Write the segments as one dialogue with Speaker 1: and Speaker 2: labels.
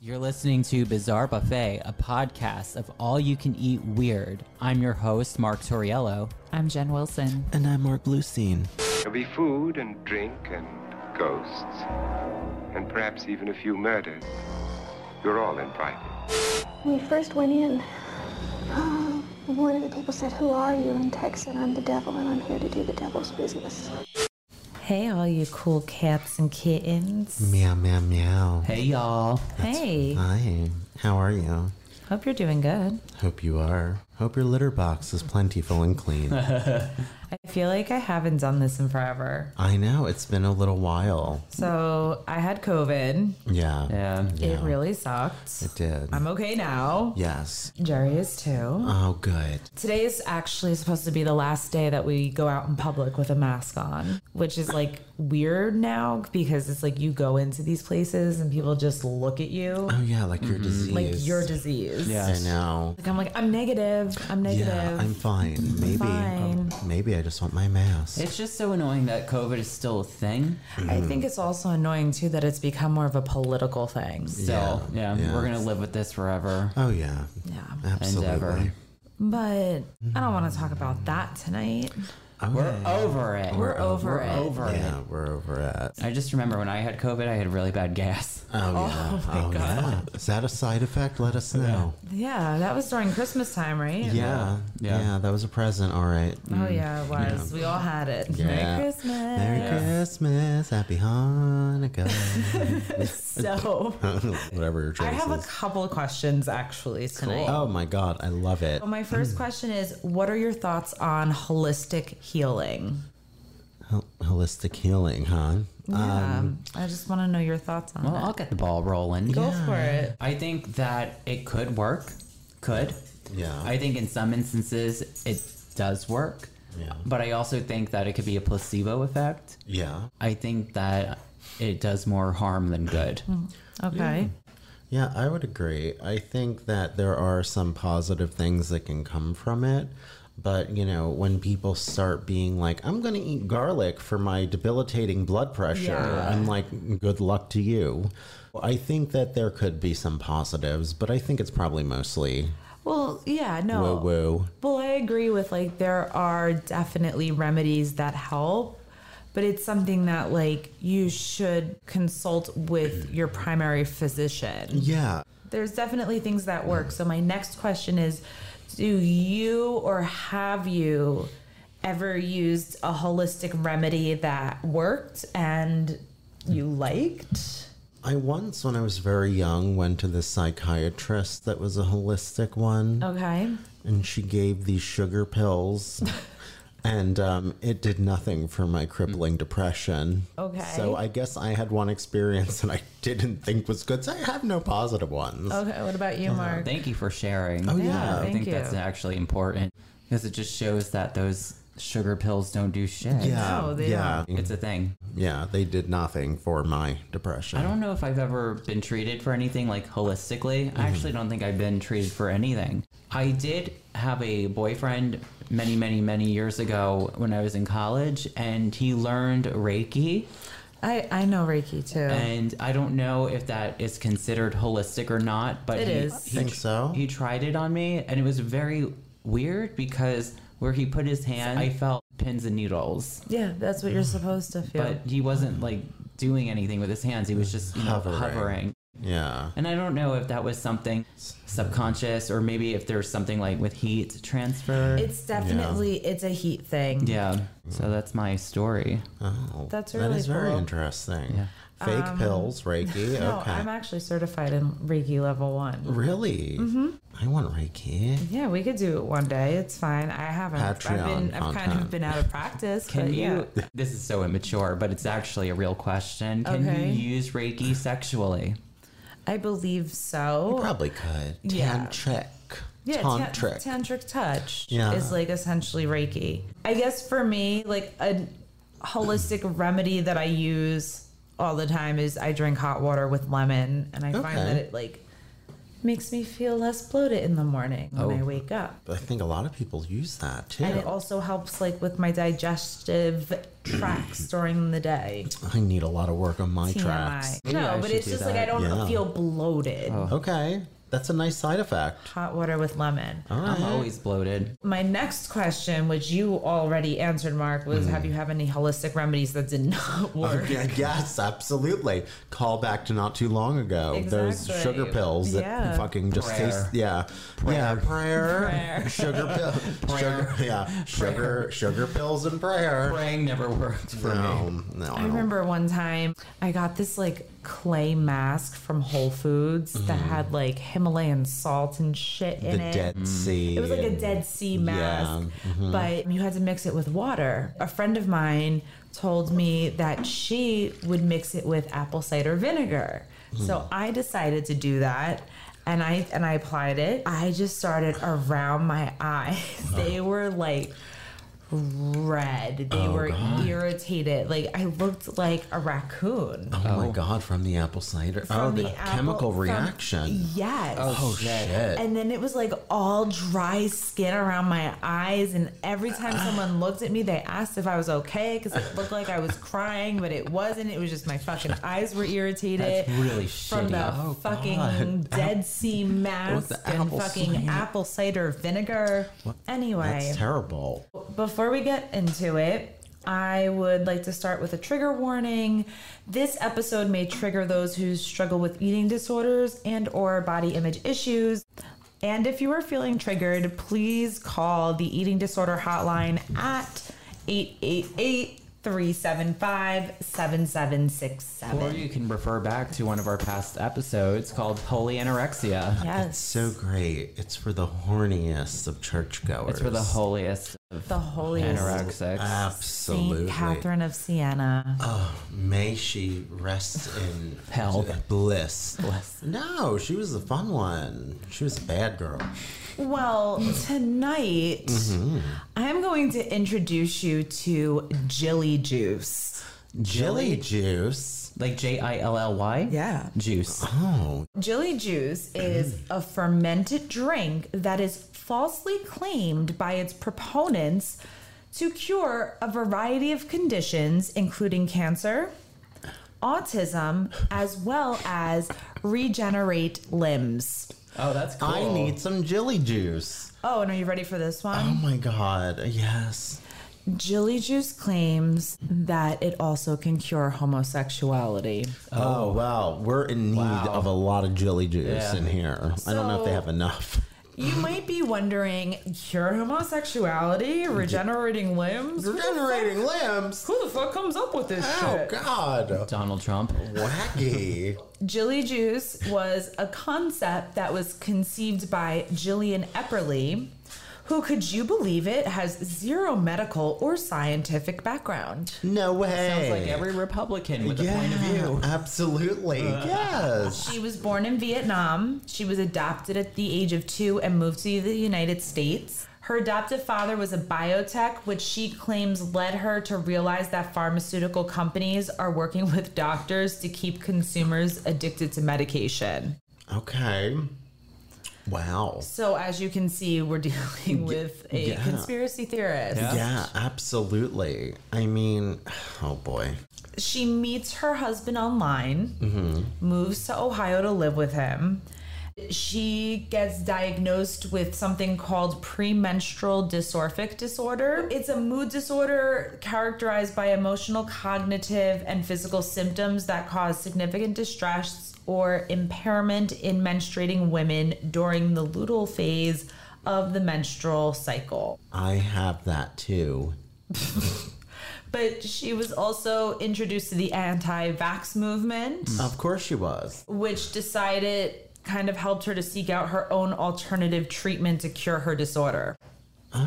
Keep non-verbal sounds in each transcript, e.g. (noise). Speaker 1: You're listening to Bizarre Buffet, a podcast of all you can eat weird. I'm your host, Mark Torriello.
Speaker 2: I'm Jen Wilson.
Speaker 3: And I'm Mark Bluestein.
Speaker 4: There'll be food and drink and ghosts, and perhaps even a few murders. You're all invited.
Speaker 5: When we first went in, uh, one of the people said, Who are you? And Tex said, I'm the devil and I'm here to do the devil's business.
Speaker 6: Hey, all you cool cats and kittens.
Speaker 3: Meow, meow, meow.
Speaker 1: Hey, y'all.
Speaker 6: Hey,
Speaker 3: Hi. How are you?
Speaker 6: hope you're doing good.
Speaker 3: Hope you are. Hope your litter box is plentiful and clean.
Speaker 6: I feel like I haven't done this in forever.
Speaker 3: I know, it's been a little while.
Speaker 6: So I had COVID.
Speaker 3: Yeah.
Speaker 1: Yeah.
Speaker 6: It really sucked.
Speaker 3: It did.
Speaker 6: I'm okay now.
Speaker 3: yes.
Speaker 6: Jerry is too.
Speaker 3: Oh, good.
Speaker 6: Today is actually supposed to be the last day that we go out in public with a mask on, which is like weird now because it's like you go into these places and people just look at you
Speaker 3: Oh, yeah, like your disease.
Speaker 6: Mm-hmm. like you're diseased.
Speaker 1: Yeah.
Speaker 3: I know.
Speaker 6: Like I'm like, I'm negative. I'm negative.
Speaker 3: Yeah, I'm fine. Maybe.
Speaker 6: fine.
Speaker 3: Maybe I just want my mask.
Speaker 1: It's just so annoying that COVID is still a thing.
Speaker 6: I
Speaker 3: mm.
Speaker 6: think it's also annoying too that it's become more of a political thing.
Speaker 1: So, yeah,
Speaker 3: yeah.
Speaker 1: we're going to live with this forever.
Speaker 3: oh, yeah.
Speaker 6: Yeah.
Speaker 3: Absolutely.
Speaker 1: Endeavor.
Speaker 6: But I don't want to talk about that tonight.
Speaker 3: Okay.
Speaker 1: We're over it.
Speaker 6: We're over
Speaker 1: We're
Speaker 6: it.
Speaker 1: over it.
Speaker 3: Oh, yeah, we're over it.
Speaker 1: I just remember when I had COVID, I had really bad gas.
Speaker 3: Oh, yeah. Oh, yeah. Is that a side effect? Let us know.
Speaker 6: Yeah, that was during Christmas time, right?
Speaker 3: Yeah.
Speaker 1: Yeah.
Speaker 3: Yeah. that was a present. All right.
Speaker 6: Oh yeah, it was. We all had it.
Speaker 3: Yeah.
Speaker 6: Merry Christmas.
Speaker 3: Merry Christmas. Happy Hanukkah.
Speaker 6: So
Speaker 3: (laughs) Whatever your
Speaker 6: I
Speaker 3: choice
Speaker 6: have a
Speaker 3: is.
Speaker 6: couple of questions actually tonight.
Speaker 3: Oh Hmm. my God. I love it.
Speaker 6: So my first question is, what are your thoughts on holistic healing?
Speaker 3: Hol- Holistic healing, huh? Uh,
Speaker 6: Yeah,
Speaker 3: Um,
Speaker 6: I just want to know your thoughts
Speaker 1: (laughs)
Speaker 6: on
Speaker 1: Well,
Speaker 6: it.
Speaker 1: I'll get the ball rolling.
Speaker 6: Go for it.
Speaker 1: I think that it could work. Could.
Speaker 3: Yeah.
Speaker 1: I think in some instances it does work.
Speaker 3: Yeah.
Speaker 1: But I also think that it could be a placebo effect.
Speaker 3: Yeah.
Speaker 1: I think that it does more harm than good.
Speaker 6: Mm-hmm. Okay.
Speaker 3: Yeah, I would agree. I think that there are some positive things that can come from it. But, you know, when people start being like, I'm going to eat garlic for my debilitating blood pressure,
Speaker 6: Yeah.
Speaker 3: I'm like, good luck to you. I think that there could be some positives, but I think it's probably mostly
Speaker 6: Well, yeah, no.
Speaker 3: woo woo.
Speaker 6: Well, I agree with like there are definitely remedies that help, but it's something that like you should consult with your primary physician.
Speaker 3: Yeah.
Speaker 6: There's definitely things that work. So my next question is do you or have you ever used a holistic remedy that worked and you liked?
Speaker 3: I once, when I was very young, went to this psychiatrist that was a holistic one,
Speaker 6: Okay.
Speaker 3: and she gave these sugar
Speaker 6: (laughs)
Speaker 3: pills, and um, it did nothing for my crippling depression.
Speaker 6: Okay.
Speaker 3: So I guess I had one experience that I didn't think was good, so I have no positive ones.
Speaker 6: Okay, what about you, Mark?
Speaker 1: Thank you for sharing.
Speaker 3: Oh, yeah. Yeah,
Speaker 1: I
Speaker 6: thank
Speaker 1: think that's
Speaker 6: you.
Speaker 1: actually important because it just shows that those sugar pills don't do shit.
Speaker 3: Yeah.
Speaker 6: No, they
Speaker 3: yeah.
Speaker 1: It's a thing.
Speaker 3: yeah, they did nothing for my depression.
Speaker 1: I don't know if I've ever been treated for anything like holistically.
Speaker 3: Mm-hmm.
Speaker 1: I actually don't think I've been treated for anything. I did have a boyfriend many, many, many years ago when I was in college, and he learned Reiki.
Speaker 6: I, I know Reiki too.
Speaker 1: And I don't know if that is considered holistic or not, but
Speaker 6: It
Speaker 1: he,
Speaker 6: is.
Speaker 1: he
Speaker 3: Think so?
Speaker 1: He tried it on me, and it was very weird because where he put his hand, I felt pins and needles,
Speaker 6: yeah, that's what you're supposed to feel.
Speaker 1: but he wasn't like doing anything with his hands. He was just you know,
Speaker 3: Hovering.
Speaker 1: hovering.
Speaker 3: yeah.
Speaker 1: And I don't know if that was something subconscious or maybe if there's something like with heat transfer.
Speaker 6: It's definitely it's a heat thing.
Speaker 1: yeah. So that's my story.
Speaker 3: Oh,
Speaker 6: That's
Speaker 3: that
Speaker 6: really
Speaker 3: is very
Speaker 6: cool. Um,
Speaker 3: interesting. Fake pills, Reiki.
Speaker 6: (laughs) No,
Speaker 3: okay.
Speaker 6: I'm actually certified in Reiki level one.
Speaker 3: Really?
Speaker 6: Mm-hmm.
Speaker 3: I want Reiki.
Speaker 6: Yeah, we could do it one day. It's fine. I haven't. I've been.
Speaker 3: Patreon
Speaker 6: I've kind
Speaker 3: content.
Speaker 6: of been out of practice.
Speaker 1: Can
Speaker 6: but yeah.
Speaker 1: you? (laughs) This is so immature, but it's actually a real question. Can
Speaker 6: Okay.
Speaker 1: you use Reiki sexually?
Speaker 6: I believe so.
Speaker 3: Probably could.
Speaker 6: Yeah.
Speaker 3: Tantric.
Speaker 6: yeah, tan-
Speaker 3: Tantric.
Speaker 6: tantric touch
Speaker 3: Yeah.
Speaker 6: is like essentially Reiki. I guess for me, like a holistic remedy that I use all the time is I drink hot water with lemon, and I find
Speaker 3: Okay.
Speaker 6: that it like makes me feel less bloated in the morning when
Speaker 3: Oh.
Speaker 6: I wake up.
Speaker 3: I think a lot of people use that too.
Speaker 6: And it also helps like with my digestive tracks
Speaker 3: (clears throat)
Speaker 6: during the day.
Speaker 3: I need a lot of work on my tracks.
Speaker 6: TMI. No,
Speaker 1: I
Speaker 6: but
Speaker 1: should
Speaker 6: it's
Speaker 1: do
Speaker 6: just like I
Speaker 1: that. Oh.
Speaker 6: don't
Speaker 3: Yeah.
Speaker 6: feel bloated.
Speaker 3: Okay, that's a nice side effect.
Speaker 6: Hot water with lemon.
Speaker 3: All right.
Speaker 1: I'm always bloated.
Speaker 6: My next question, which you already answered, Mark, was
Speaker 3: Mm-hmm.
Speaker 6: have you have any holistic remedies that did not (laughs) work?
Speaker 3: Yeah, (laughs) yes, absolutely. Call back to not too long ago. Those
Speaker 6: Exactly.
Speaker 3: sugar pills that
Speaker 6: Yeah.
Speaker 3: fucking just
Speaker 1: Prayer.
Speaker 3: taste. Yeah, yeah,
Speaker 6: (laughs)
Speaker 3: prayer,
Speaker 6: Prayer.
Speaker 3: (laughs) sugar pill,
Speaker 1: (laughs) Prayer.
Speaker 3: sugar, yeah, sugar, sugar pills and prayer.
Speaker 1: Praying never worked for me.
Speaker 3: No, no, I
Speaker 6: I
Speaker 3: don't-
Speaker 6: remember one time I got this like clay mask from Whole Foods that had like Himalayan salt and shit
Speaker 3: Mm-hmm. the
Speaker 6: in it.
Speaker 1: Mm.
Speaker 3: Dead Sea.
Speaker 6: It was like a Dead Sea mask, but you had to mix it with water. A friend of mine told me that she would mix it with apple cider vinegar. So I decided to do that. And I and I applied it. I just started around my eyes. (laughs) They were like red. They were irritated. Like I looked like a raccoon.
Speaker 3: Oh, my god! From the apple cider. oh,
Speaker 6: From
Speaker 3: the,
Speaker 6: apple-
Speaker 3: chemical
Speaker 6: from-
Speaker 3: reaction.
Speaker 6: Yes.
Speaker 3: Oh shit!
Speaker 6: And then it was like all dry skin around my eyes. And every time
Speaker 3: (sighs)
Speaker 6: someone looked at me, they asked if I was okay because it looked like
Speaker 3: (laughs)
Speaker 6: I was crying, but it wasn't. It was just my fucking eyes were irritated.
Speaker 1: That's really
Speaker 6: From
Speaker 1: shitty.
Speaker 6: the
Speaker 3: Oh,
Speaker 6: fucking
Speaker 3: God.
Speaker 6: Dead Sea mask
Speaker 3: the
Speaker 6: and
Speaker 3: apple
Speaker 6: fucking
Speaker 3: cider?
Speaker 6: apple cider vinegar. Anyway,
Speaker 3: That's terrible.
Speaker 6: before we get into it, I would like to start with a trigger warning. This episode may trigger those who struggle with eating disorders and or body image issues. And if you are feeling triggered, please call the eating disorder hotline at 888-375-7767.
Speaker 1: Or you can refer back to one of our past episodes called Polyanorexia.
Speaker 6: Yes.
Speaker 3: So great. It's for the horniest of churchgoers.
Speaker 1: It's for the holiest of
Speaker 6: the holiest
Speaker 1: anorexics.
Speaker 3: Absolutely.
Speaker 6: Saint Catherine of Siena.
Speaker 3: May she rest in
Speaker 1: Hell.
Speaker 3: Bliss. No, she was the fun one. She was a bad girl.
Speaker 6: Well, tonight I'm going to introduce you to Jilly Juice.
Speaker 3: Jelly juice.
Speaker 1: like J I L L Y?
Speaker 6: Yeah.
Speaker 1: Juice.
Speaker 3: Oh,
Speaker 6: Jilly Juice is a fermented drink that is falsely claimed by its proponents to cure a variety of conditions, including cancer, autism, as well as regenerate limbs.
Speaker 1: Oh, that's cool.
Speaker 3: I need some jelly juice.
Speaker 6: Oh, and are you ready for this one?
Speaker 3: Oh my god, yes.
Speaker 6: Jilly Juice claims that it also can cure homosexuality.
Speaker 3: Oh, wow, we're in need of a lot of jelly juice
Speaker 1: Yeah.
Speaker 3: in here. I don't know if they
Speaker 6: So-
Speaker 3: have enough.
Speaker 6: You might be wondering, cure homosexuality, regenerating limbs? Who the fuck-
Speaker 3: Regenerating limbs.
Speaker 6: Who the fuck comes up with this
Speaker 3: Oh
Speaker 6: shit?
Speaker 3: god.
Speaker 1: Donald Trump.
Speaker 3: Wacky.
Speaker 1: (laughs)
Speaker 6: Jilly juice was a concept that was conceived by Jillian Epperly, who, could you believe it, has zero medical or scientific background.
Speaker 3: No way.
Speaker 1: Sounds like every Republican with a point of view. Uh.
Speaker 3: Absolutely. yes.
Speaker 6: She was born in Vietnam. She was adopted at the age of two and moved to the United States. Her adoptive father was a biotech, which she claims led her to realize that pharmaceutical companies are working with doctors to keep consumers addicted to medication.
Speaker 3: Okay. Wow.
Speaker 6: So, as you can see, we're (laughs) dealing with a
Speaker 3: yeah.
Speaker 6: conspiracy theorist.
Speaker 3: Yeah, absolutely. I mean, oh boy.
Speaker 6: she meets her husband online, moves to Ohio to live with him. She gets diagnosed with something called premenstrual dysmorphic disorder. It's a mood disorder characterized by emotional, cognitive, and physical symptoms that cause significant distress or impairment in menstruating women during the luteal phase of the menstrual cycle.
Speaker 3: I have that too.
Speaker 6: But she was also introduced to the anti vax movement,
Speaker 3: Of course she was.
Speaker 6: which decided kind of helped her to seek out her own alternative treatment to cure her disorder.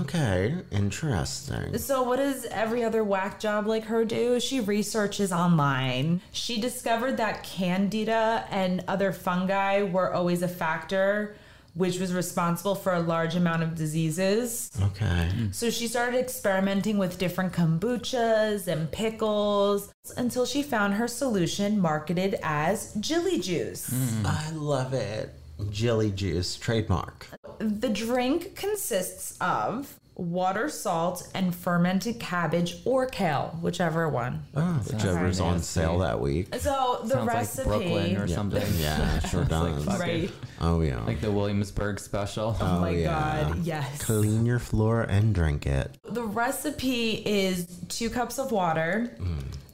Speaker 3: Okay, interesting.
Speaker 6: So, what does every other whack job like her do? She researches online. She discovered that candida and other fungi were always a factor, which was responsible for a large amount of diseases.
Speaker 3: Okay.
Speaker 1: Mm-hmm.
Speaker 6: So she started experimenting with different kombuchas and pickles until she found her solution marketed as Jilly Juice.
Speaker 3: I love it. Jelly juice trademark.
Speaker 6: The drink consists of water, salt, and fermented cabbage or kale, whichever one.
Speaker 3: Oh, whichever's on
Speaker 1: nasty.
Speaker 3: sale that week.
Speaker 6: So the
Speaker 1: Sounds
Speaker 6: recipe,
Speaker 1: like Brooklyn or something.
Speaker 3: (laughs) Yeah,
Speaker 1: (laughs)
Speaker 3: it sure does.
Speaker 1: fuck.
Speaker 6: right?
Speaker 3: oh yeah.
Speaker 1: Like the Williamsburg special.
Speaker 6: Oh, my
Speaker 3: yeah.
Speaker 6: god, yes.
Speaker 3: Clean your floor and drink it.
Speaker 6: The recipe is two cups of water,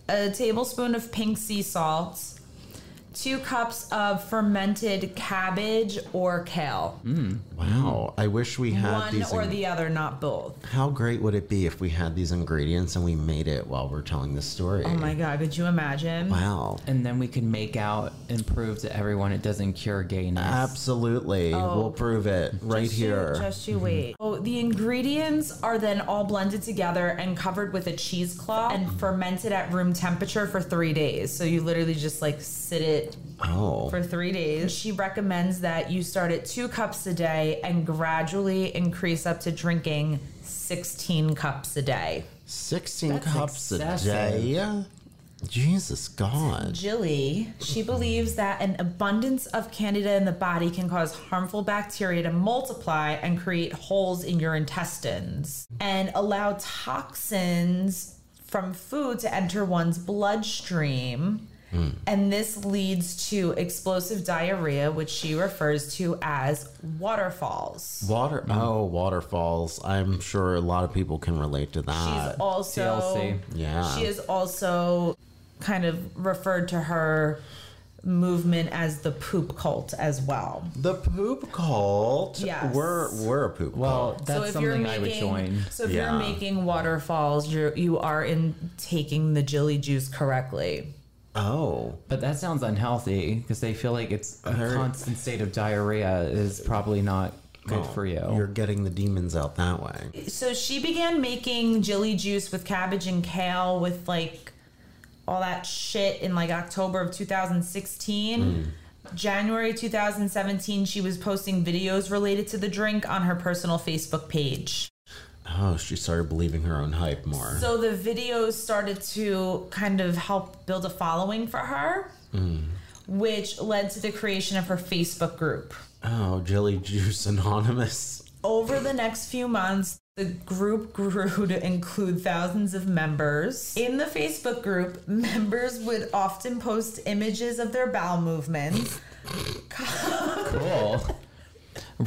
Speaker 6: a tablespoon of pink sea salt, two cups of fermented cabbage or kale.
Speaker 1: Mm.
Speaker 3: Wow. I wish we had
Speaker 6: One
Speaker 3: these.
Speaker 6: or
Speaker 3: in-
Speaker 6: the other, not both.
Speaker 3: How great would it be if we had these ingredients and we made it while we're telling this story?
Speaker 6: Oh my god, could you imagine?
Speaker 3: Wow.
Speaker 1: and then we can make out and prove to everyone it doesn't cure gayness.
Speaker 3: Absolutely. We'll prove it
Speaker 6: Oh.
Speaker 3: right
Speaker 6: Just you-
Speaker 3: here. Mm-hmm.
Speaker 6: just you wait. Oh, the ingredients are then all blended together and covered with a cheesecloth and fermented at room temperature for three days. So you literally just like sit it
Speaker 3: oh.
Speaker 6: for three days. She recommends that you start at two cups a day and gradually increase up to drinking 16 cups a day.
Speaker 3: 16
Speaker 1: That's
Speaker 3: cups
Speaker 1: excessive.
Speaker 3: a day. Jesus God.
Speaker 6: Jilly, she believes that an abundance of candida in the body can cause harmful bacteria to multiply and create holes in your intestines and allow toxins from food to enter one's bloodstream. And this leads to explosive diarrhea, which she refers to as waterfalls.
Speaker 3: Water. Oh, waterfalls. I'm sure a lot of people can relate to
Speaker 1: Uh,
Speaker 3: that.
Speaker 6: She's also
Speaker 1: TLC.
Speaker 3: Yeah.
Speaker 6: She is also kind of referred to her movement as the poop cult as well.
Speaker 3: the poop cult.
Speaker 6: Yes.
Speaker 3: We're, we're a poop
Speaker 1: Well,
Speaker 3: cult.
Speaker 1: that's something I would join.
Speaker 6: So if
Speaker 3: Yeah.
Speaker 6: you're making waterfalls, you're you are in taking the jelly juice correctly.
Speaker 3: Oh.
Speaker 1: But that sounds unhealthy because they feel like it's a
Speaker 3: Very-
Speaker 1: constant state of diarrhea is probably not good for you.
Speaker 3: Oh,
Speaker 6: oh.
Speaker 3: You're getting the demons out that way.
Speaker 6: So she began making jelly juice with cabbage and kale with like all that shit in like October of 2016. January 2017, she was posting videos related to the drink on her personal Facebook page.
Speaker 3: Oh, she started believing her own hype more.
Speaker 6: So the videos started to kind of help build a following for her, which led to the creation of her Facebook group.
Speaker 3: oh, Jelly Juice Anonymous.
Speaker 6: Over the next few months, the group grew (laughs) to include thousands of members. In the Facebook group, members would often post images of their bowel movements.
Speaker 1: cool.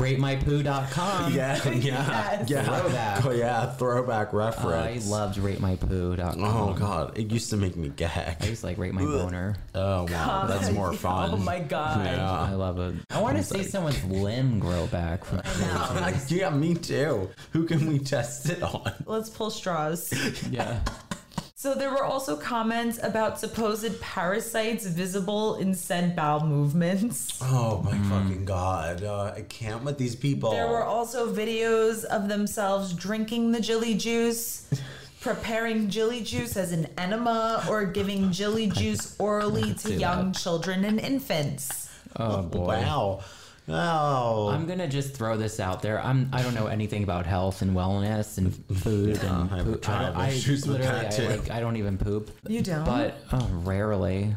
Speaker 1: RateMyPoo.com.
Speaker 3: Yeah, yeah,
Speaker 6: Yes.
Speaker 3: yeah.
Speaker 1: Throwback.
Speaker 3: Oh, yeah, throwback reference.
Speaker 1: I loved RateMyPoo.com.
Speaker 3: Oh god, it used to make me gag.
Speaker 1: I used to like rate my boner.
Speaker 3: (laughs) Oh wow, (laughs) that's
Speaker 6: (laughs)
Speaker 3: more fun.
Speaker 6: Oh my god.
Speaker 1: I
Speaker 3: Yeah.
Speaker 1: love it. I want to see someone's limb grow back.
Speaker 3: (laughs)
Speaker 1: From
Speaker 3: yeah, me too. Who can we test it on?
Speaker 6: (laughs) Let's pull straws.
Speaker 1: yeah.
Speaker 6: So there were also comments about supposed parasites visible in said bowel movements.
Speaker 3: Oh my fucking god! Uh, I can't with these people.
Speaker 6: There were also videos of themselves drinking the jelly juice, preparing jelly juice as an enema, or giving jelly juice orally to
Speaker 1: do
Speaker 6: young children and infants.
Speaker 1: Oh boy.
Speaker 3: wow. Oh,
Speaker 1: I'm gonna just throw this out there. I'm I don't know anything about health and wellness and food and
Speaker 3: I have a
Speaker 1: poop. I,
Speaker 3: child
Speaker 1: don't- I
Speaker 3: issues with
Speaker 1: literally
Speaker 3: that,
Speaker 1: I,
Speaker 3: too.
Speaker 1: like, I don't even poop.
Speaker 6: You don't?
Speaker 1: But oh, rarely.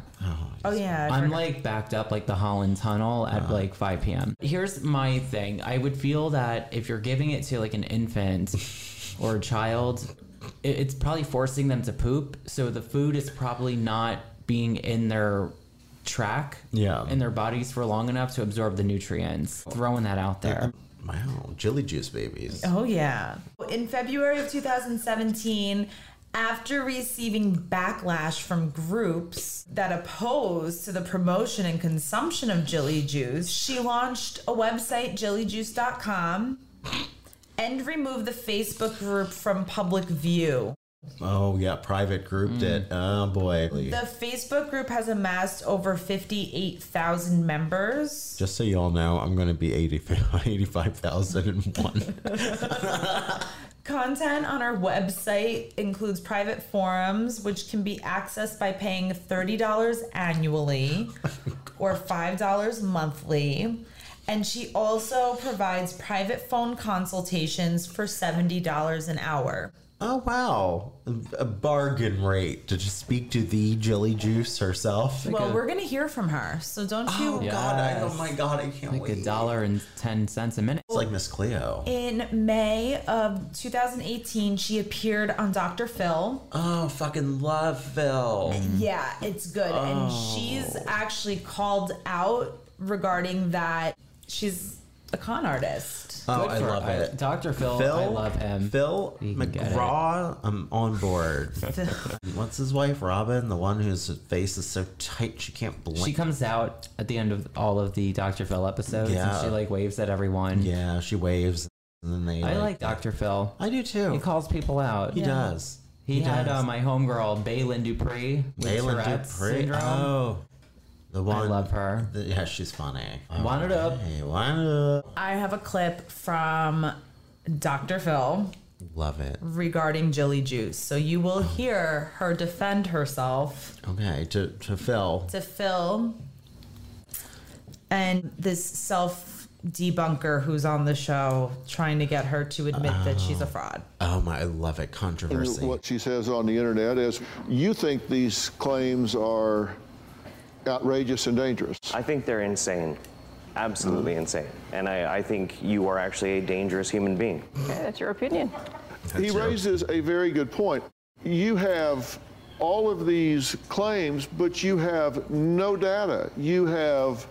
Speaker 6: Oh yeah, I
Speaker 1: I'm
Speaker 6: forgot.
Speaker 1: like backed up like the Holland Tunnel at
Speaker 3: Uh-huh.
Speaker 1: like 5 p.m. Here's my thing. I would feel that if you're giving it to like an
Speaker 3: (laughs)
Speaker 1: infant or a child, it, it's probably forcing them to poop. So the food is probably not being in their track,
Speaker 3: Yeah.
Speaker 1: in their bodies for long enough to absorb the nutrients. Throwing that out there.
Speaker 3: wow, jelly juice babies.
Speaker 6: Oh, yeah. In February of 2017, after receiving backlash from groups that opposed to the promotion and consumption of jelly juice, she launched a website, jellyjuice.com, and removed the Facebook group from public view.
Speaker 3: Oh yeah, private grouped it. Oh boy.
Speaker 6: The Facebook group has amassed over 58,000 members.
Speaker 3: Just so y'all know, I'm gonna be (laughs) 85,001.
Speaker 6: Content on our website includes private forums, which can be accessed by paying $30 annually or $5 monthly. And she also provides private phone consultations for $70 an hour.
Speaker 3: Oh wow, a bargain rate to just speak to the Jelly Juice herself.
Speaker 6: well,
Speaker 1: a-
Speaker 6: we're gonna hear from her, so don't you?
Speaker 3: Oh God! I, oh my God! I can't
Speaker 1: Like
Speaker 3: wait.
Speaker 1: a dollar and ten cents a minute.
Speaker 3: It's like Miss Cleo.
Speaker 6: In May of 2018, she appeared on Dr. Phil.
Speaker 3: Oh, fucking love Phil.
Speaker 6: Yeah, it's good. And she's actually called out regarding that she's a con artist.
Speaker 3: Oh,
Speaker 1: Good
Speaker 3: I
Speaker 1: for-
Speaker 3: love it.
Speaker 1: Dr. Phil,
Speaker 3: Phil,
Speaker 1: I love him.
Speaker 3: Phil
Speaker 1: You can get
Speaker 3: McGraw, I'm on
Speaker 1: (laughs)
Speaker 3: board. What's his wife, Robin? The one whose face is so tight she can't blink.
Speaker 1: She comes out at the end of all of the Dr. Phil episodes
Speaker 3: Yeah.
Speaker 1: and she like waves at everyone.
Speaker 3: yeah, she waves, and then they.
Speaker 1: I like Dr. Phil.
Speaker 3: I do too.
Speaker 1: He calls people out.
Speaker 3: Oh. He does.
Speaker 1: He, had
Speaker 3: does.
Speaker 1: uh, my homegirl, Balin Dupree. with
Speaker 3: Leyland
Speaker 1: Tourette's
Speaker 3: Dupree.
Speaker 1: syndrome.
Speaker 3: Oh, the
Speaker 1: I
Speaker 3: one.
Speaker 1: love her.
Speaker 3: the- yeah, she's funny.
Speaker 1: Wind it up.
Speaker 3: Hey, wind it up.
Speaker 6: I have a clip from Dr. Phil
Speaker 3: Love it.
Speaker 6: regarding Jilly Juice. So you will hear her defend herself
Speaker 3: Okay, to to Phil.
Speaker 6: to Phil and this self debunker who's on the show trying to get her to admit that she's a fraud.
Speaker 3: Oh my, I love it. Controversy.
Speaker 2: What she says on the internet is, you think these claims are outrageous and dangerous.
Speaker 7: I think they're insane. Absolutely
Speaker 2: Mm-hmm.
Speaker 7: insane. And I, I think you are actually a dangerous human being.
Speaker 8: That's your opinion.
Speaker 2: He raises a very good point. You have all of these claims, but you have no data. You have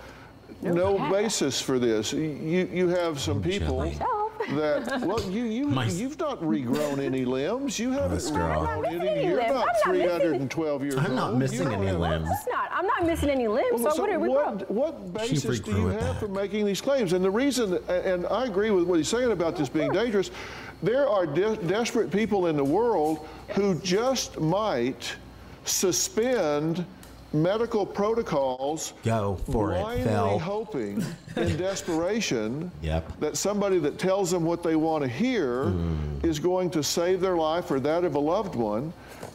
Speaker 2: no,
Speaker 8: data.
Speaker 2: basis for this. You you have some people
Speaker 8: Myself. (laughs)
Speaker 2: that well you you
Speaker 3: My- Oh,
Speaker 2: you've not regrown any limbs. You haven't
Speaker 3: This girl.
Speaker 2: regrown
Speaker 8: I'm not missing
Speaker 2: any.
Speaker 8: any
Speaker 2: You're
Speaker 8: limbs.
Speaker 2: not
Speaker 8: I'm not missing-
Speaker 2: 312 years
Speaker 3: I'm
Speaker 2: old.
Speaker 3: not
Speaker 2: You
Speaker 3: missing
Speaker 2: don't
Speaker 3: any
Speaker 2: have-
Speaker 3: limbs.
Speaker 8: It's not. I'm not missing any limbs.
Speaker 2: Well,
Speaker 8: so what are we
Speaker 2: what, what basis do you
Speaker 3: regrew it
Speaker 2: have for
Speaker 3: back.
Speaker 2: making these claims? And the reason, and I agree with what he's saying about this being dangerous, there are de- desperate people in the world who just might suspend medical protocols.
Speaker 3: Go for it,
Speaker 2: blindly
Speaker 3: Phil.
Speaker 2: hoping
Speaker 3: (laughs)
Speaker 2: in desperation
Speaker 3: Yep.
Speaker 2: that somebody that tells them what they want to hear
Speaker 3: Mm.
Speaker 2: is going to save their life or that of a loved one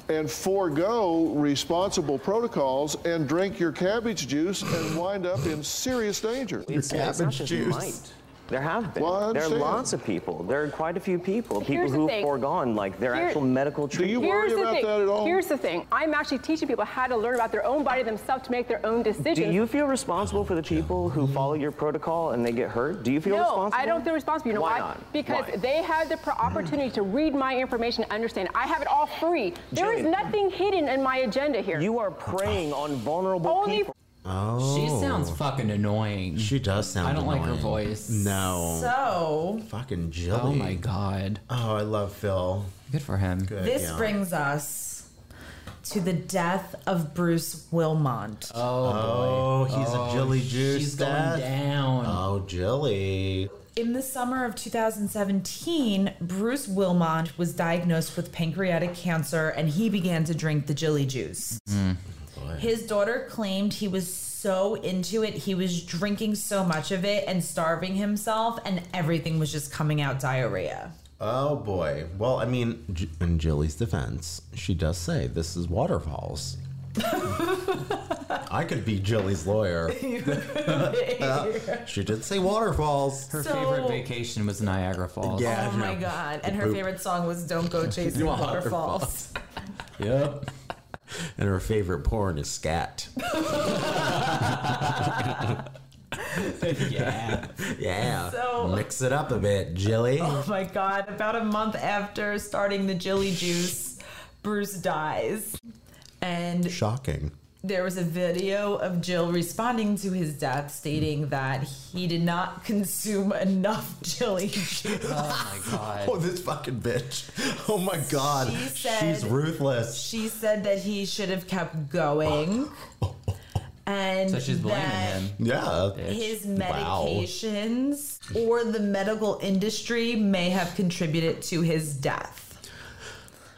Speaker 2: and forego responsible protocols and drink your cabbage juice and wind up in serious danger.
Speaker 7: It's, it's not
Speaker 3: cabbage
Speaker 7: just
Speaker 3: juice.
Speaker 7: might. There have been.
Speaker 2: Well, I
Speaker 7: there are
Speaker 2: understand.
Speaker 7: lots of people. There are quite a few people. People
Speaker 8: Here's the
Speaker 7: who've
Speaker 8: thing.
Speaker 7: foregone like their
Speaker 8: Here-
Speaker 7: actual medical
Speaker 2: Do you
Speaker 7: treatment.
Speaker 2: worry
Speaker 8: Here's the
Speaker 2: about
Speaker 8: thing.
Speaker 2: that at all?
Speaker 8: Here's the thing. I'm actually teaching people how to learn about their own body themselves to make their own decisions.
Speaker 7: Do you feel responsible for the people
Speaker 2: Mm-hmm.
Speaker 7: who follow your protocol and they get hurt? Do you feel
Speaker 8: no,
Speaker 7: responsible?
Speaker 8: I don't feel responsible. You know
Speaker 7: Why
Speaker 8: why?
Speaker 7: not?
Speaker 8: Because
Speaker 7: Why?
Speaker 8: they have the pro- opportunity to read my information and understand. I have it all free. There is
Speaker 7: Jillian.
Speaker 8: nothing hidden in my agenda here.
Speaker 7: You are preying on vulnerable
Speaker 8: Only
Speaker 7: people.
Speaker 3: Oh,
Speaker 1: She sounds fucking annoying.
Speaker 3: She does sound.
Speaker 1: I don't like her
Speaker 3: annoying.
Speaker 1: voice.
Speaker 3: No.
Speaker 6: So
Speaker 3: Fucking Jilly.
Speaker 1: Oh my god.
Speaker 3: Oh, I love Phil.
Speaker 1: Good for him.
Speaker 3: Good,
Speaker 6: this
Speaker 3: yeah.
Speaker 6: brings us to the death of Bruce Wilmont.
Speaker 3: Oh, he's a Jilly Juice.
Speaker 1: She's going
Speaker 3: dad.
Speaker 1: down.
Speaker 3: Oh, Jilly.
Speaker 6: In the summer of 2017, Bruce Wilmont was diagnosed with pancreatic cancer and he began to drink the Jilly juice.
Speaker 3: Mm.
Speaker 6: His daughter claimed he was so into it, he was drinking so much of it and starving himself, and everything was just coming out diarrhea.
Speaker 3: Oh boy. Well, I mean, J- in Jilly's defense, she does say this is waterfalls.
Speaker 6: (laughs)
Speaker 3: I could be Jilly's
Speaker 6: (laughs)
Speaker 3: lawyer. (laughs) she did say waterfalls.
Speaker 1: her
Speaker 6: So-
Speaker 1: favorite vacation was Niagara Falls.
Speaker 3: Yeah.
Speaker 6: Oh my god. And her favorite song was Don't
Speaker 3: (laughs)
Speaker 6: Go Chasing Waterfalls.
Speaker 3: Yep. And her favorite porn is scat.
Speaker 1: (laughs) yeah.
Speaker 3: Yeah.
Speaker 6: (laughs) So-
Speaker 3: Mix it up a bit, Jilly.
Speaker 6: Oh (laughs) my god. About a month after starting the Jilly Juice, Bruce dies. And
Speaker 3: Shocking.
Speaker 6: there was a video of Jill responding to his death, stating that he did not (laughs) consume enough chili juice.
Speaker 1: (laughs) Oh my god.
Speaker 3: Oh, this fucking bitch. (laughs) Oh my god.
Speaker 6: She said-
Speaker 3: She's ruthless.
Speaker 6: she said that he should have
Speaker 1: (laughs)
Speaker 6: kept going, and
Speaker 1: So she's blaming
Speaker 6: that
Speaker 1: him.
Speaker 3: Yeah.
Speaker 6: His
Speaker 3: Wow.
Speaker 6: medications or the medical industry may have contributed to his death.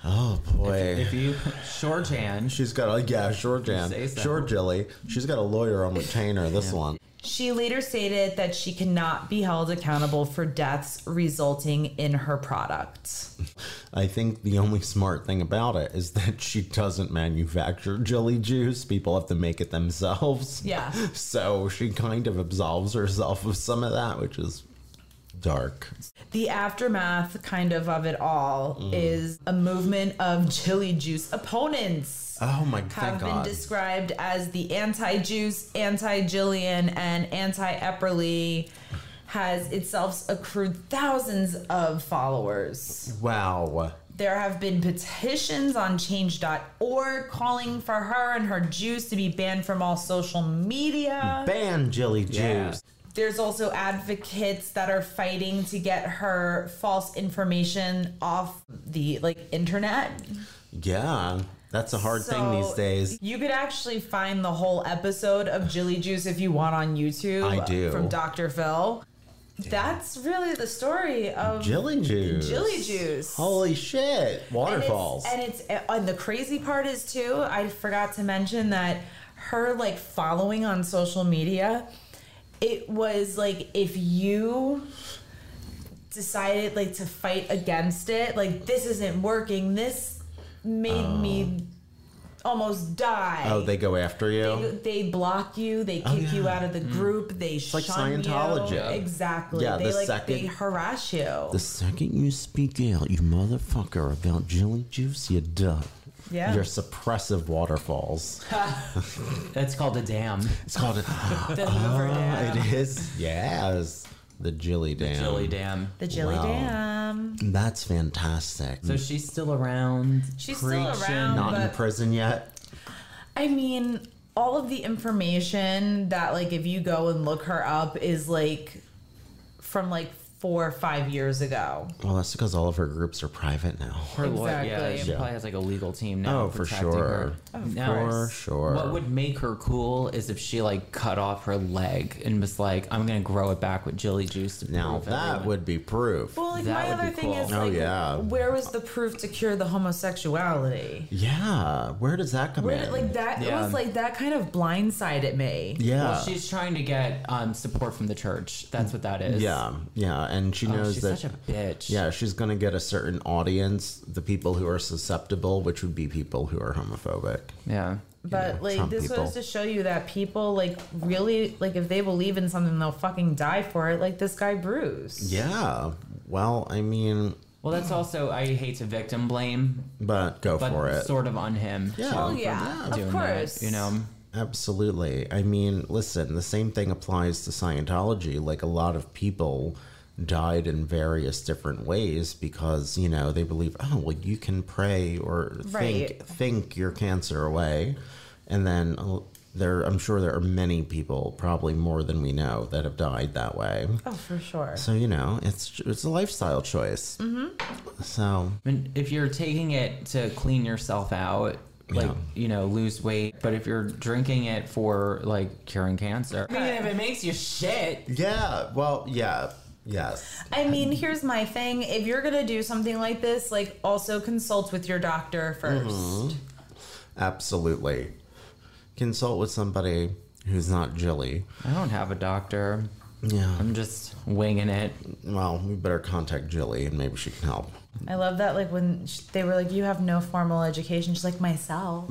Speaker 3: Oh boy.
Speaker 1: If you shorthand,
Speaker 3: She's got a yeah, sure, Jan,
Speaker 1: Say so.
Speaker 3: sure, Jilly. She's got a lawyer on retainer. This one.
Speaker 6: She later stated that she cannot be held accountable for deaths resulting in her product.
Speaker 3: I think the only smart thing about it is that she doesn't manufacture Jilly juice. People have to make it themselves.
Speaker 6: Yeah.
Speaker 3: So she kind of absolves herself of some of that, which is dark.
Speaker 6: the aftermath kind of of it all
Speaker 3: Mm.
Speaker 6: is a movement of chili juice opponents
Speaker 3: Oh my
Speaker 6: have
Speaker 3: thank
Speaker 6: been
Speaker 3: God.
Speaker 6: described as the anti-juice, anti-Jillian, and anti-Epperly has itself accrued thousands of followers.
Speaker 3: wow.
Speaker 6: There have been petitions on change.org calling for her and her juice to be banned from all social media.
Speaker 3: Ban jelly juice.
Speaker 1: Yeah.
Speaker 3: Hmm.
Speaker 6: There's also advocates that are fighting to get her false information off the like internet
Speaker 3: Yeah. That's a hard thing
Speaker 6: so
Speaker 3: these days.
Speaker 6: You could actually find the whole episode of Jilly Juice if you want on YouTube.
Speaker 3: I do.
Speaker 6: From Dr. Phil. That's really the story of
Speaker 3: Jelly juice.
Speaker 6: Jelly juice.
Speaker 3: Holy shit.
Speaker 6: and it's-
Speaker 3: Waterfalls.
Speaker 6: And it's and the crazy part is too, I forgot to mention that her like following on social media, it was like if you decided like to fight against it, like this isn't working, this made me almost die.
Speaker 3: oh, they go after you?
Speaker 6: They, they block you. They kick you
Speaker 3: yeah. Mm.
Speaker 6: out of the group. They shun
Speaker 3: like Scientology.
Speaker 6: you. Exactly.
Speaker 3: Yeah,
Speaker 6: they
Speaker 3: the
Speaker 6: like they
Speaker 3: second-
Speaker 6: harass you.
Speaker 3: The second you speak out, you motherfucker, about jelly juice, you're done.
Speaker 6: Yeah.
Speaker 3: You're suppressive waterfalls.
Speaker 1: That's called a dam.
Speaker 3: It's called a.
Speaker 6: the Hoover
Speaker 3: Oh.
Speaker 6: Dam.
Speaker 3: it is. Yes. The Jilly Dam.
Speaker 1: Jilly dam.
Speaker 6: The Jilly
Speaker 3: Wow.
Speaker 6: Dam.
Speaker 3: That's fantastic.
Speaker 1: So she's still around.
Speaker 6: She's still
Speaker 1: preaching.
Speaker 6: around.
Speaker 3: Not in
Speaker 6: but-
Speaker 3: prison yet.
Speaker 6: I mean, all of the information that like if you go and look her up is like from like four or five years ago.
Speaker 3: Well, that's because all of her groups are private now.
Speaker 1: Her lawyer, yeah,
Speaker 6: Exactly.
Speaker 1: she
Speaker 3: Yeah.
Speaker 1: probably has like a legal team now.
Speaker 3: Oh, for
Speaker 1: protecting Her.
Speaker 3: sure. Of course. For sure.
Speaker 1: What would make her cool is if she like cut off her leg and was like, "I'm gonna grow it back with jelly juice." To
Speaker 3: Now
Speaker 1: prove
Speaker 3: that
Speaker 1: everyone."
Speaker 3: would be proof.
Speaker 6: Well, like
Speaker 1: That
Speaker 6: my
Speaker 1: would
Speaker 6: other
Speaker 1: be
Speaker 6: thing
Speaker 1: cool.
Speaker 6: is
Speaker 3: Oh,
Speaker 6: like,
Speaker 3: yeah.
Speaker 6: where was the proof to cure the homosexuality?
Speaker 3: Yeah. Where does that come
Speaker 6: Where
Speaker 3: in?
Speaker 6: did, like that it
Speaker 1: Yeah.
Speaker 6: was like that kind of blindsided me.
Speaker 3: yeah.
Speaker 1: Well, she's trying to get um, support from the church. That's what that is.
Speaker 3: yeah. Yeah. And she knows
Speaker 1: she's
Speaker 3: that.
Speaker 1: such a bitch.
Speaker 3: Yeah, she's going to get a certain audience, the people who are susceptible, which would be people who are homophobic.
Speaker 1: yeah.
Speaker 6: But
Speaker 3: know,
Speaker 6: like
Speaker 3: Trump
Speaker 6: this
Speaker 3: people.
Speaker 6: was to show you that people like really like if they believe in something they'll fucking die for it, like this guy Bruce.
Speaker 3: Yeah. Well, I mean,
Speaker 1: Well, that's also I hate to victim blame,
Speaker 3: but go
Speaker 1: but
Speaker 3: for it.
Speaker 1: sort of on him.
Speaker 3: yeah.
Speaker 6: Oh yeah, of
Speaker 1: doing
Speaker 6: course.
Speaker 1: that, you know.
Speaker 3: Absolutely. I mean, listen, the same thing applies to Scientology. Like, a lot of people died in various different ways because, you know, they believe, oh, well, you can pray or
Speaker 6: Right.
Speaker 3: think, think your cancer away. And then oh, there, I'm sure there are many people, probably more than we know, that have died that way.
Speaker 6: Oh, for sure.
Speaker 3: So, you know, it's, it's a lifestyle choice. Mm-hmm. So,
Speaker 1: And if you're taking it to clean yourself out, like you know, lose weight, but if you're drinking it for like curing cancer, I mean, if it makes you shit,
Speaker 3: yeah. Well, yeah. Yes.
Speaker 6: I mean, here's my thing. If you're gonna do something like this, like also consult with your doctor 1st
Speaker 1: Mm-hmm.
Speaker 3: Absolutely. Consult with somebody who's not Jilly.
Speaker 1: I don't have a doctor.
Speaker 3: Yeah.
Speaker 1: I'm just winging it.
Speaker 3: Well, we better contact Jilly and maybe she can help. (laughs)
Speaker 6: I love that. Like when sh- they were like, "You have no formal education," she's
Speaker 1: (laughs)
Speaker 6: like, "Myself."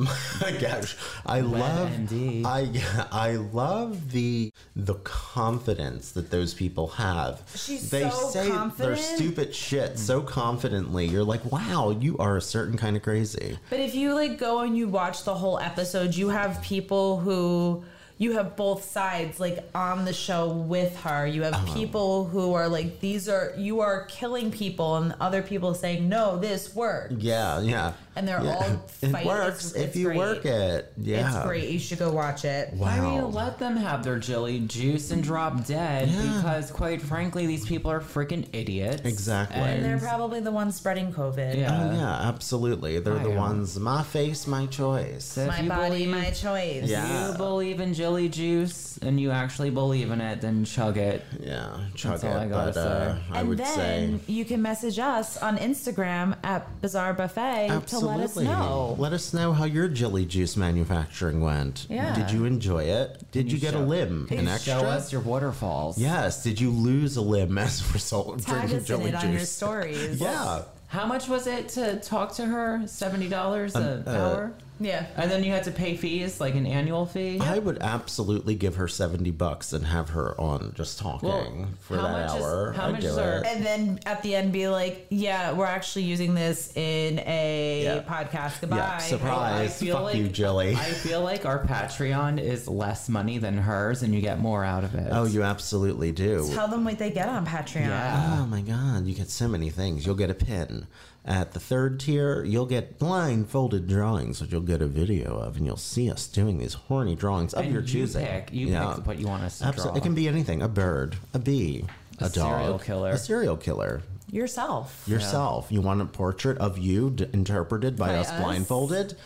Speaker 3: Gosh, I love
Speaker 1: MD.
Speaker 3: I (laughs) I love the the confidence that those people have.
Speaker 6: She's so
Speaker 3: their
Speaker 6: confident.
Speaker 3: stupid shit so confidently. You're like, wow, you are a certain kind of crazy.
Speaker 6: But if you like go and you watch the whole episode, you have people who you have both sides like on the show with her. You have
Speaker 1: Uh-huh.
Speaker 6: people who are like, "These are you are killing people," and other people saying, "No, this worked."
Speaker 3: Yeah, yeah.
Speaker 6: And they're
Speaker 3: Yeah.
Speaker 6: all
Speaker 3: (laughs) it
Speaker 6: fight-
Speaker 3: works
Speaker 6: it's-
Speaker 3: if
Speaker 6: it's
Speaker 3: you work
Speaker 6: great.
Speaker 3: it. Yeah,
Speaker 6: It's great. You should go watch it.
Speaker 3: Wow.
Speaker 1: I mean, let them have their jelly juice and drop dead because, quite frankly, these people are freaking idiots.
Speaker 3: Exactly.
Speaker 6: And they're
Speaker 1: And-
Speaker 6: probably the ones spreading COVID.
Speaker 1: yeah.
Speaker 3: Oh yeah, absolutely. They're the
Speaker 1: Uh, I, um,
Speaker 3: ones. My face, my choice.
Speaker 1: So if
Speaker 6: My
Speaker 1: you
Speaker 6: body,
Speaker 1: believe-
Speaker 6: my choice.
Speaker 3: Yeah.
Speaker 1: If you believe in jelly juice and you actually believe in it, then chug it.
Speaker 3: Yeah, chug
Speaker 1: That's all
Speaker 3: it.
Speaker 1: I gotta
Speaker 3: but uh,
Speaker 1: say.
Speaker 3: I
Speaker 6: and
Speaker 3: would say
Speaker 6: then you can message us on Instagram at Bizarre Buffet
Speaker 3: absolutely.
Speaker 6: to let us know.
Speaker 3: Let us know how your jelly juice manufacturing went.
Speaker 6: Yeah.
Speaker 3: Did you enjoy it? Did you,
Speaker 1: you
Speaker 3: get a
Speaker 1: show-
Speaker 3: limb? An
Speaker 1: And
Speaker 3: extra?
Speaker 1: show us your waterfalls.
Speaker 3: yes. Did you lose a limb as a result of
Speaker 6: Tag
Speaker 3: drinking
Speaker 6: us in
Speaker 3: jelly
Speaker 6: it on your
Speaker 3: juice?
Speaker 6: stories.
Speaker 3: Yeah. Um, uh,
Speaker 1: How much was it to talk to her? Seventy dollars an hour.
Speaker 6: Yeah.
Speaker 1: And then you had to pay fees, like an annual fee.
Speaker 3: I would absolutely give her 70 bucks and have her on just talking
Speaker 1: Well,
Speaker 3: for
Speaker 1: how
Speaker 3: that
Speaker 1: much is-
Speaker 3: hour.
Speaker 1: how
Speaker 3: I'd
Speaker 1: much
Speaker 3: do
Speaker 1: is our-
Speaker 3: it.
Speaker 6: And then at the end, be like, "Yeah, we're actually using this in a
Speaker 3: Yeah.
Speaker 6: podcast. Goodbye."
Speaker 3: Yeah, surprise.
Speaker 1: feel
Speaker 3: Fuck
Speaker 1: like-
Speaker 3: you, Jilly. (laughs)
Speaker 1: I feel like our Patreon is less money than hers, and you get more out of it.
Speaker 3: oh, you absolutely do.
Speaker 6: Tell them what they get on Patreon.
Speaker 3: (laughs)
Speaker 1: yeah.
Speaker 3: Oh my god, you get so many things. You'll get a pin. At the third tier, you'll get blindfolded drawings, which you'll get a video of, and you'll see us doing these horny drawings of
Speaker 1: And
Speaker 3: your
Speaker 1: you
Speaker 3: choosing.
Speaker 1: pick- you pick what you want us to draw.
Speaker 3: It can be anything: a bird, a bee, a, dog,
Speaker 1: serial killer.
Speaker 3: a serial killer,
Speaker 6: Yourself.
Speaker 3: yourself. You want a portrait of you d- interpreted by,
Speaker 6: By
Speaker 3: us,
Speaker 6: us?
Speaker 3: blindfolded?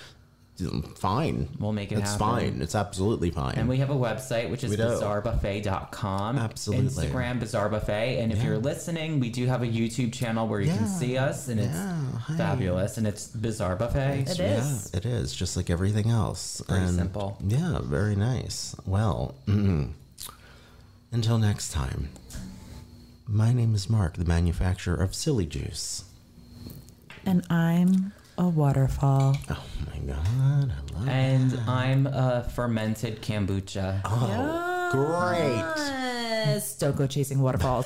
Speaker 3: Fine.
Speaker 1: We'll make it
Speaker 3: It's
Speaker 1: happen.
Speaker 3: fine. It's absolutely fine.
Speaker 1: And we have a website, which is
Speaker 3: We do.
Speaker 1: bizarrebuffet.com.
Speaker 3: Absolutely.
Speaker 1: Instagram, Bizarre Buffet. And if you're listening, we do have a YouTube channel where you can
Speaker 3: Yeah.
Speaker 1: see us, and it's
Speaker 3: Yeah. Hi.
Speaker 1: fabulous. And it's Bizarre Buffet.
Speaker 6: It is.
Speaker 3: Yeah, it is just like everything else.
Speaker 1: Very simple.
Speaker 3: Yeah, very nice. Well, until next time. My name is Mark, the manufacturer of Silly Juice.
Speaker 6: And I'm a waterfall.
Speaker 3: Oh my god, I love it.
Speaker 1: And I'm a fermented kombucha.
Speaker 3: Oh, great.
Speaker 6: Yes. Don't go chasing waterfalls.